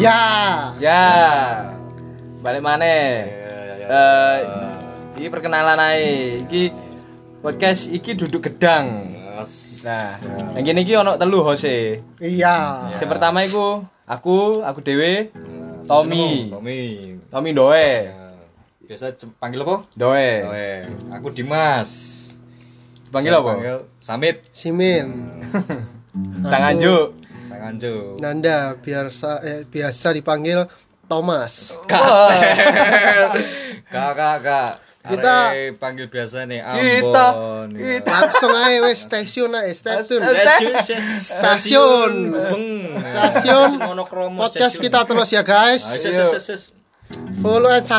Ya. Ya. Balik maneh. Eh, iki perkenalan ae. Iki podcast iki duduk gedang. Nah, yang gini iki ono telu hose. Iya. Sing pertama iku aku, aku dewe, Tommy. Eh. Tommy. Tommy Doe. Ya. Biasa jem- panggil apa? Doe. Oe. Aku Dimas. Eh. Panggil apa? Samit. Simin. Canganjuk. Sanganjo. Nah. Nanda biasa eh, biasa dipanggil Thomas. Kak, kak, kak. Kita- Arek panggil biasa nih Kita Ambon. ya. kita Langsung aja wes stasiun aja stasiun. Stasiun. Stasiun. Beng. Stasiun. monokromo. Podcast stasiun. kita Ah, terus ya Ayo, guys. sus, sus, sus. Follow and